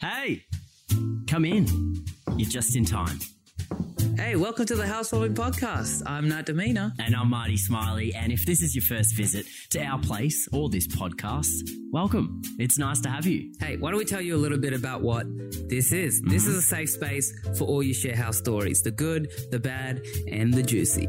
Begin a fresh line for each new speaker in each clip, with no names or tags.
Hey, come in. You're just in time.
Hey, welcome to the Housewarming Podcast. I'm Nat Demina.
And I'm Marty Smiley. And if this is your first visit to our place or this podcast, welcome. It's nice to have you.
Hey, why don't we tell you a little bit about what this is? This is a safe space for all your share house stories the good, the bad, and the juicy.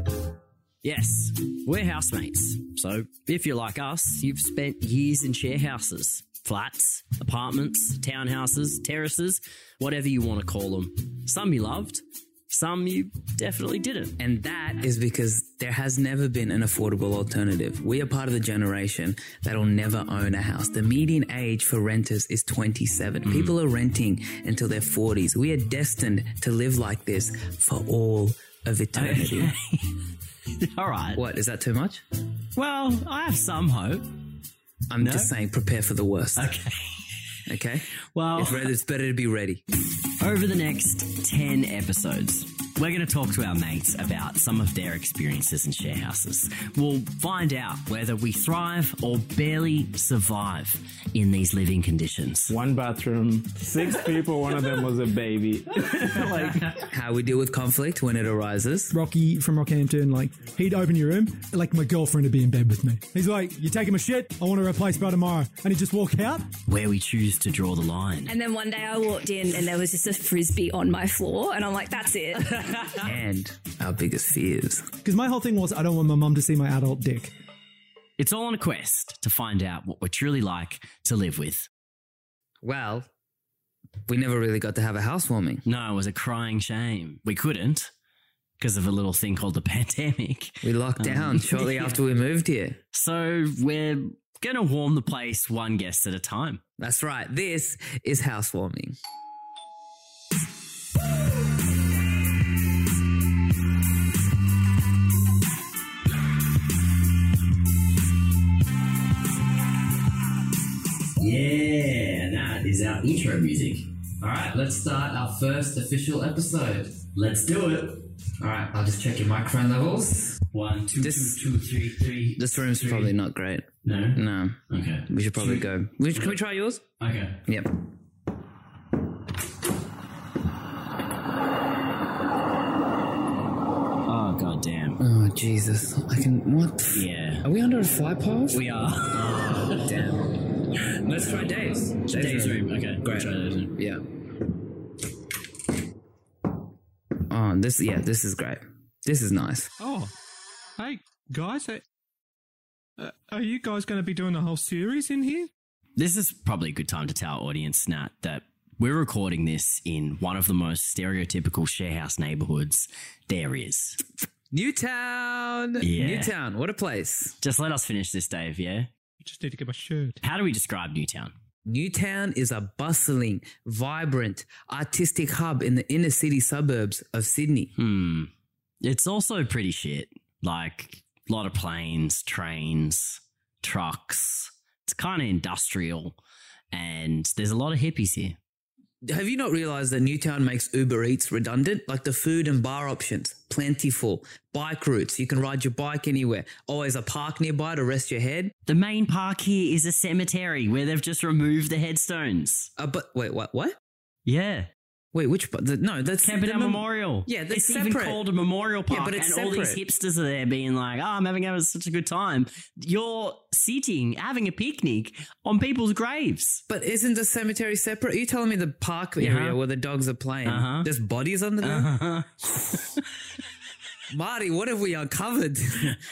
Yes, we're housemates. So if you're like us, you've spent years in share houses, flats, apartments, townhouses, terraces, whatever you want to call them. Some you loved, some you definitely didn't.
And that is because there has never been an affordable alternative. We are part of the generation that'll never own a house. The median age for renters is 27. People are renting until their 40s. We are destined to live like this for all of eternity.
All right.
What, is that too much?
Well, I have some hope.
I'm just saying prepare for the worst.
Okay.
Okay.
Well,
It's, re- it's better to be ready.
Over the next 10 episodes, we're going to talk to our mates about some of their experiences in share houses. We'll find out whether we thrive or barely survive in these living conditions.
One bathroom, six people, one of them was a baby.
How we deal with conflict when it arises.
Rocky from Rockhampton, like, he'd open your room, like, my girlfriend would be in bed with me. He's like, You're taking my shit? I want to replace by tomorrow. And he'd just walk out.
Where we choose to draw the line.
And then one day I walked in and there was just a frisbee on my floor, and I'm like, that's it.
And our biggest fears.
Because my whole thing was, I don't want my mum to see my adult dick.
It's all on a quest to find out what we're truly like to live with.
Well, we never really got to have a housewarming.
No, it was a crying shame. We couldn't because of a little thing called the pandemic.
We locked down shortly after we moved here.
So we're going to warm the place one guest at a time.
That's right. This is housewarming.
Yeah, that is our intro music.
All right, let's start our first official episode.
Let's do it.
All right, I'll just check your microphone levels.
One, two,
This-
two, two, three, three.
This room's
three.
probably not great.
no.
No,
Okay.
we should probably go. We should- Can we try yours?
Okay.
Yep.
Oh god damn.
Oh Jesus! I can. What? The
Yeah.
Are we under a flypath?
We are.
Damn. Let's try Dave's. Dave's,
Dave's room. Okay.
Great.
Try Dave's room.
Yeah. Oh, this yeah, this is great. This is nice.
Oh, hey guys, eh, uh, are you guys going to be doing a whole series in here?
This is probably a good time to tell our audience, Nat, that we're recording this in one of the most stereotypical sharehouse neighborhoods there is.
Newtown.
Yeah.
Newtown. What a place.
Just let us finish this, Dave, yeah?
I just need to get my shirt.
How do we describe Newtown?
Newtown is a bustling, vibrant, artistic hub in the inner city suburbs of Sydney.
Hmm. It's also pretty shit. Like a lot of planes, trains, trucks. It's kind of industrial, and there's a lot of hippies here.
Have you not realized that Newtown makes Uber Eats redundant? Like the food and bar options, plentiful. Bike routes, you can ride your bike anywhere. Always a park nearby to rest your head.
The main park here is a cemetery where they've just removed the headstones.
Uh, but wait, what? What?
Yeah,
Wait, which? But the, no, that's
Camperdown
the mem-
Memorial.
Yeah,
it's
that's
even
separate.
called a memorial
Yeah,
park,
but it's
and all these
separate.
hipsters are there being like, "Oh, I'm having, having such a good time." You're sitting having a picnic on people's graves.
But isn't the cemetery separate? Are you telling me the park
Uh-huh.
area where the dogs are playing?
Uh-huh.
There's bodies under there?
Uh-huh.
Marty, what have we uncovered?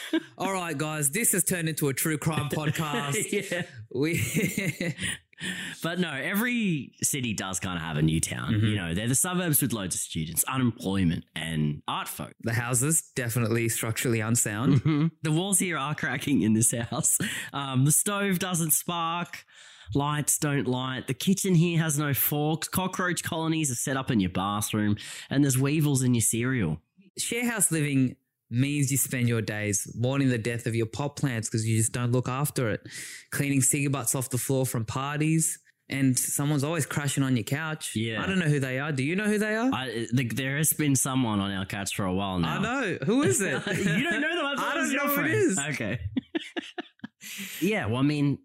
All right, guys, this has turned into a true crime podcast.
yeah.
We
But no, every city does kind of have a new town.
Mm-hmm.
You know, they're the suburbs with loads of students, unemployment, and art folk.
The houses definitely structurally unsound.
The walls here are cracking in this house. Um, the stove doesn't spark. Lights don't light. The kitchen here has no forks. Cockroach colonies are set up in your bathroom, and there's weevils in your cereal.
Sharehouse living means you spend your days mourning the death of your pot plants because you just don't look after it, cleaning cigarette butts off the floor from parties, and someone's always crashing on your couch.
Yeah.
I don't know who they are. Do you know who they are?
I, the, there has been someone on our couch for a while now.
I know. Who is it?
you don't know them. I, thought
I
it was
don't
your
know who it
friend.
is.
Okay. yeah. Well, I mean,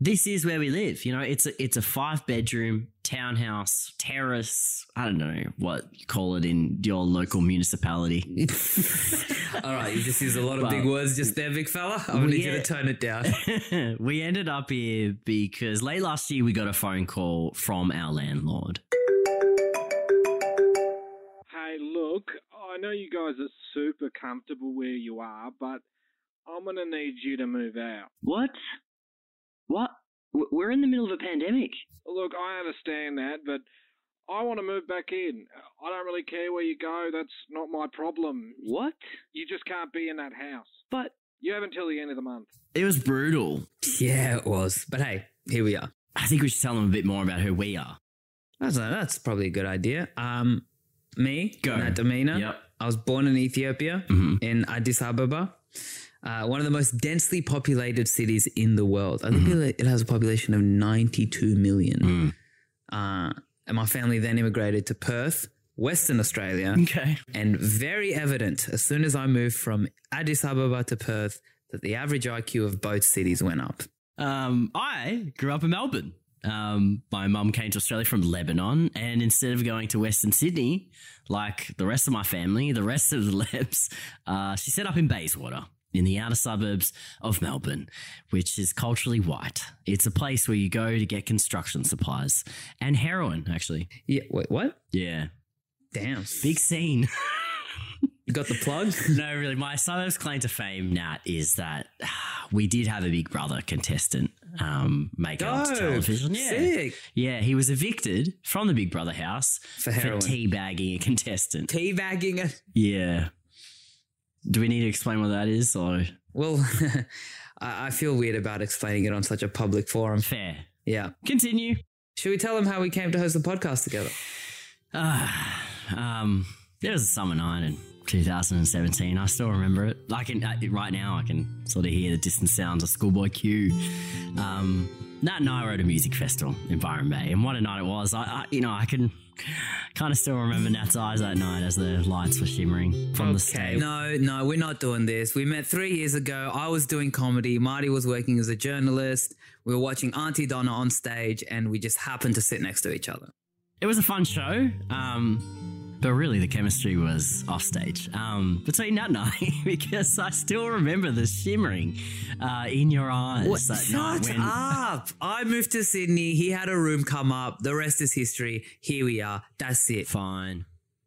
this is where we live. You know, it's a it's a five bedroom townhouse terrace. I don't know what you call it in your local municipality.
All right, you just used a lot of
But-
big words just there, big fella. I'm gonna need you
yeah.
to tone it down.
we ended up here because late last year we got a phone call from our landlord.
Hey, look, I know you guys are super comfortable where you are, but I'm gonna need you to move out.
What? What? W- We're in the middle of a pandemic.
Look, I understand that, but I want to move back in. I don't really care where you go, that's not my problem.
What?
You just can't be in that house.
But
You have until the end of the month.
it was brutal.
Yeah, it was. But hey, here we are.
I think we should tell them a bit more about who we are.
That's that's probably a good idea. Um, me,
Go.
Nat Domina. I was born in Ethiopia
Mhm.
in Addis Ababa, uh, one of the most densely populated cities in the world. I think it it has a population of 92 million. Uh, and my family then immigrated to Perth, Western Australia,
Okay.
and very evident as soon as I moved from Addis Ababa to Perth that the average IQ of both cities went up.
Um, I grew up in Melbourne. Um, my mum came to Australia from Lebanon, and instead of going to Western Sydney, like the rest of my family, the rest of the Lebs, uh, she set up in Bayswater, in the outer suburbs of Melbourne, which is culturally white. It's a place where you go to get construction supplies and heroin, actually.
Yeah, wait, what?
Yeah,
Damn.
big scene.
You got the plug?
no, really, my suburbs claim to fame, Nat, is that ah, we did have a Big Brother contestant um, make it onto
Dope.
television. Yeah.
Sick.
Yeah, he was evicted from the Big Brother house
For
for,
heroin.
teabagging a contestant.
Teabagging it.
Yeah. Do we need to explain what that is? Or
Well, I I feel weird about explaining it on such a public forum.
fair.
Yeah.
Continue.
Should we tell them how we came to host the podcast together?
Ah, um, there was a summer night in 2017. I still remember it. I can I, right now. I can sort of hear the distant sounds of Schoolboy Q. Um, Nat and I were at a music festival in Byron Bay, and what a night it was. I, I you know, I can kind of still remember Nat's eyes that night as the lights were shimmering from the stage.
No, no, we're not doing this. We met three years ago. I was doing comedy. Marty was working as a journalist. We were watching Auntie Donna on stage, and we just happened to sit next to each other.
it was a fun show. Um, but really, the chemistry was off stage um, between Nat and I because I still remember the shimmering uh, in your eyes that night
Shut
when
up! I moved to Sydney. He had a room come up. The rest is history. Here we are. That's it.
fine.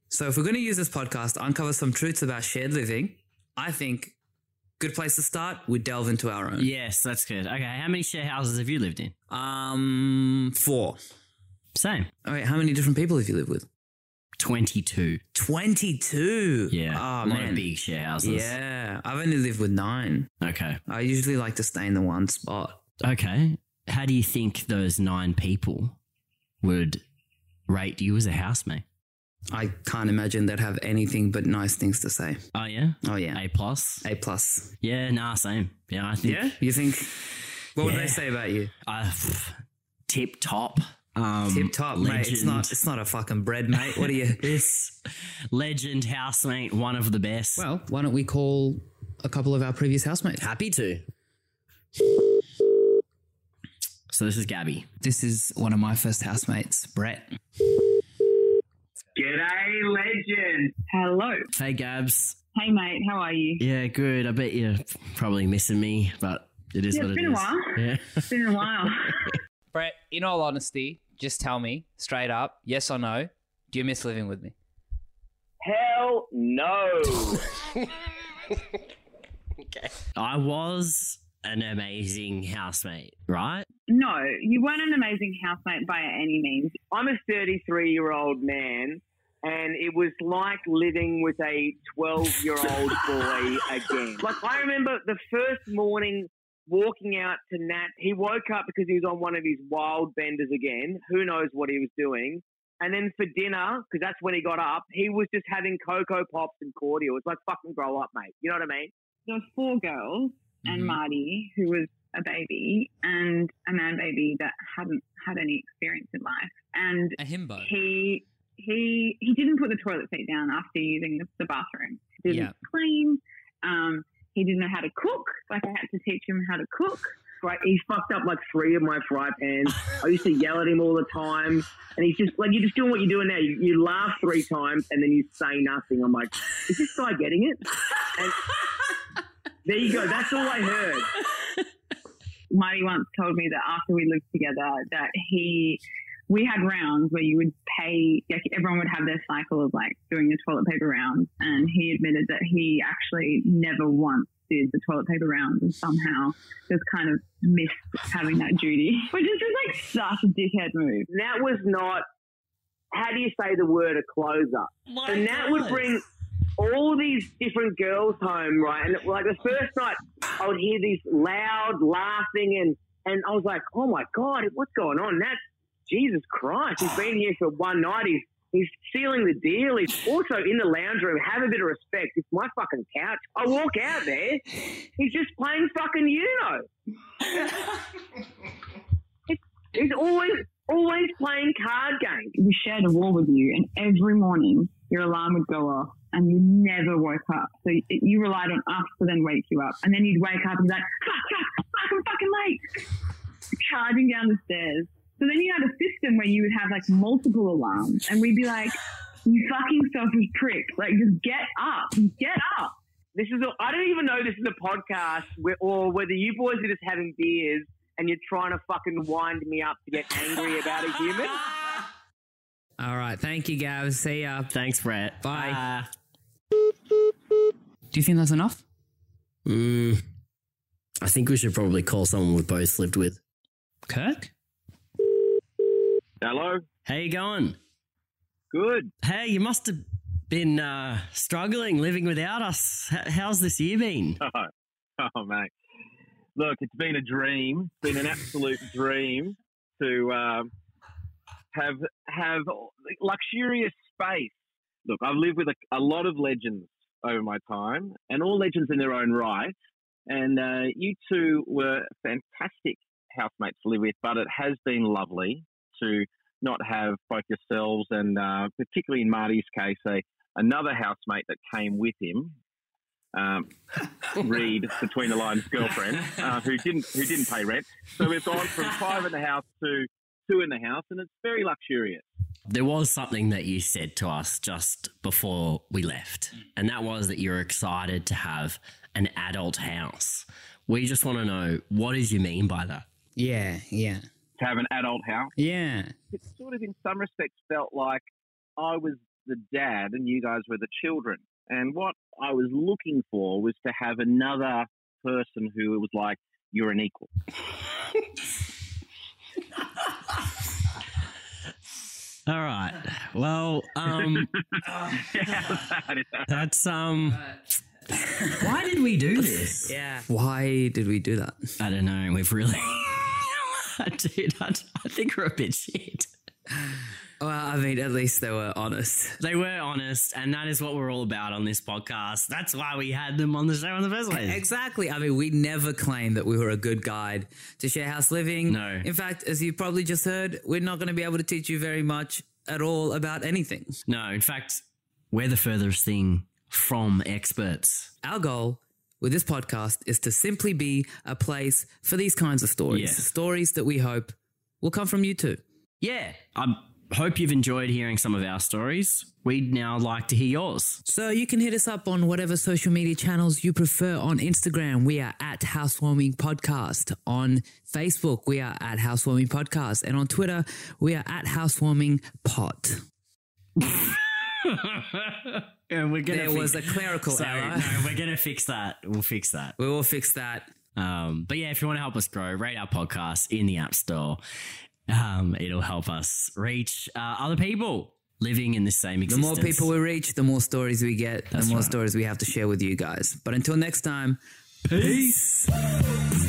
So, if we're going to use this podcast to uncover some truths about shared living, I think good place to start. We delve into our own.
Yes, that's good. Okay, how many share houses have you lived in?
Um, four.
Same,
All right, how many different people have you lived with?
twenty-two.
Twenty-two.
Yeah,
Oh
a lot
man.
of big share houses.
Yeah, I've only lived with nine.
Okay.
I usually like to stay in the one spot.
Okay. How do you think those nine people would rate you as a housemate?
I can't imagine they'd have anything but nice things to say.
Oh yeah,
Oh yeah,
A plus.
a plus.
Yeah, nah, same. Yeah, I think.
you think? What would
Yeah.
they say about you?
uh, pff, tip top. Um,
Tip top, mate. It's not. It's not a fucking bread, mate. What are you?
It's legend housemate, one of the best.
Well, why don't we call a couple of our previous housemates?
happy to. So this is Gabby.
This is one of my first housemates, Brett.
G'day, legend.
Hello.
Hey, Gabs.
Hey, mate. How are you?
Yeah, good. I bet you're probably missing me, but it is
Yeah,
what
it's
it
been a
is.
while.
Yeah.
It's been a while.
Brett, in all honesty, just tell me straight up, yes or no, do you miss living with me?
Hell no.
I was an amazing housemate, right?
no, you weren't an amazing housemate by any means.
I'm a 33 year old man, and it was like living with a 12 year old boy again. Like, I remember the first morning walking out to Nat. He woke up because he was on one of his wild benders again. Who knows what he was doing. And then for dinner, because that's when he got up, he was just having Cocoa Pops and cordial. It's like, fucking grow up, mate. You know what I mean?
There were four girls and
Mhm.
Marty, who was a baby, and a man baby that hadn't had any experience in life. And
A himbo.
he he he didn't put the toilet seat down after using the, the bathroom. He didn't
Yeah.
clean. Um, he didn't know how to cook. Like I had to teach him how to cook.
great. He fucked up like three of my fry pans. I used to yell at him all the time, and he's just like, "You're just doing what you're doing now. You, you laugh three times and then you say nothing." I'm like, "Is this guy getting it?" And there you go. That's all I heard.
Marty once told me that after we lived together, that he, we had rounds where you would pay, like everyone would have their cycle of like doing the toilet paper rounds. And he admitted that he actually never once did the toilet paper rounds and somehow just kind of missed having that duty, which is just like such a dickhead move.
That was not. How do you say the word a closer? and that would bring all these different girls home, right? And like the first night, I would hear these loud laughing, and and I was like, oh my god, what's going on? That's Jesus Christ. He's been here for one night. He's he's sealing the deal. He's also in the lounge room. Have a bit of respect. It's my fucking couch. I walk out there. He's just playing fucking Uno. It's- He's always always playing card games.
we shared a wall with you, and every morning your alarm would go off, and you never woke up. So you, you relied on us to then wake you up, and then you'd wake up and be like, "Fuck, fuck, fuck, I'm fucking late," charging down the stairs. So then you had a system where you would have like multiple alarms, and we'd be like, "You fucking selfish prick! Like, just get up, get up."
This is. A, I don't even know this is a podcast, where, or whether you boys are just having beers and you're trying to fucking wind me up to get angry about a human.
All right. Thank you, Gav. See ya.
Thanks, Brett. Uh,
Bye. Do you think that's enough?
Mm, I think we should probably call someone we've both lived with.
Kirk?
Hello?
How you going?
Good.
Hey, you must have been uh, struggling living without us. H- how's this year been?
Oh, mate. Look, it's been a dream. It's been an absolute dream to um, have have luxurious space. Look, I've lived with a, a lot of legends over my time, and all legends in their own right. And uh, you two were fantastic housemates to live with, but it has been lovely to not have both yourselves and, uh, particularly in Marty's case, a, another housemate that came with him. Um, read between the lines girlfriend uh, who didn't who didn't pay rent. So we've gone from five in the house to two in the house, and it's very luxurious.
There was something that you said to us just before we left, and that was that you're excited to have an adult house. We just want to know what did you mean by that?
Yeah, yeah.
To have an adult house,
Yeah.
it sort of in some respects felt like I was the dad and you guys were the children. And what I was looking for was to have another person who was like, "You're an equal."
All right. Well, um, that's um. Why did we do this?
Yeah. Why did we do that?
I don't know. We've really, dude. I, I think we're a bit shit.
Well, I mean, at least they were honest.
They were honest, and that is what we're all about on this podcast. That's why we had them on the show in the first place.
Exactly. I mean, we never claimed that we were a good guide to share house living.
No.
In fact, as you probably just heard, we're not going to be able to teach you very much at all about anything.
No, in fact, we're the furthest thing from experts.
Our goal with this podcast is to simply be a place for these kinds of stories.
Yes.
Stories that we hope will come from you too.
Yeah, I hope you've enjoyed hearing some of our stories. We'd now like to hear yours.
So you can hit us up on whatever social media channels you prefer. On Instagram, we are at Housewarming Podcast. On Facebook, we are at Housewarming Podcast. And on Twitter, we are at Housewarming Pot.
and we're gonna
There
fi-
was a clerical
Sorry,
error.
no, we're gonna fix that. We'll fix that.
We will fix that.
Um, but yeah, if you want to help us grow, rate our podcast in the App Store. Um, it'll help us reach uh, other people living in the same
The more
existence.
people we reach, the more stories we get, the more stories we have to share with you guys. But until next time,
Peace.
peace.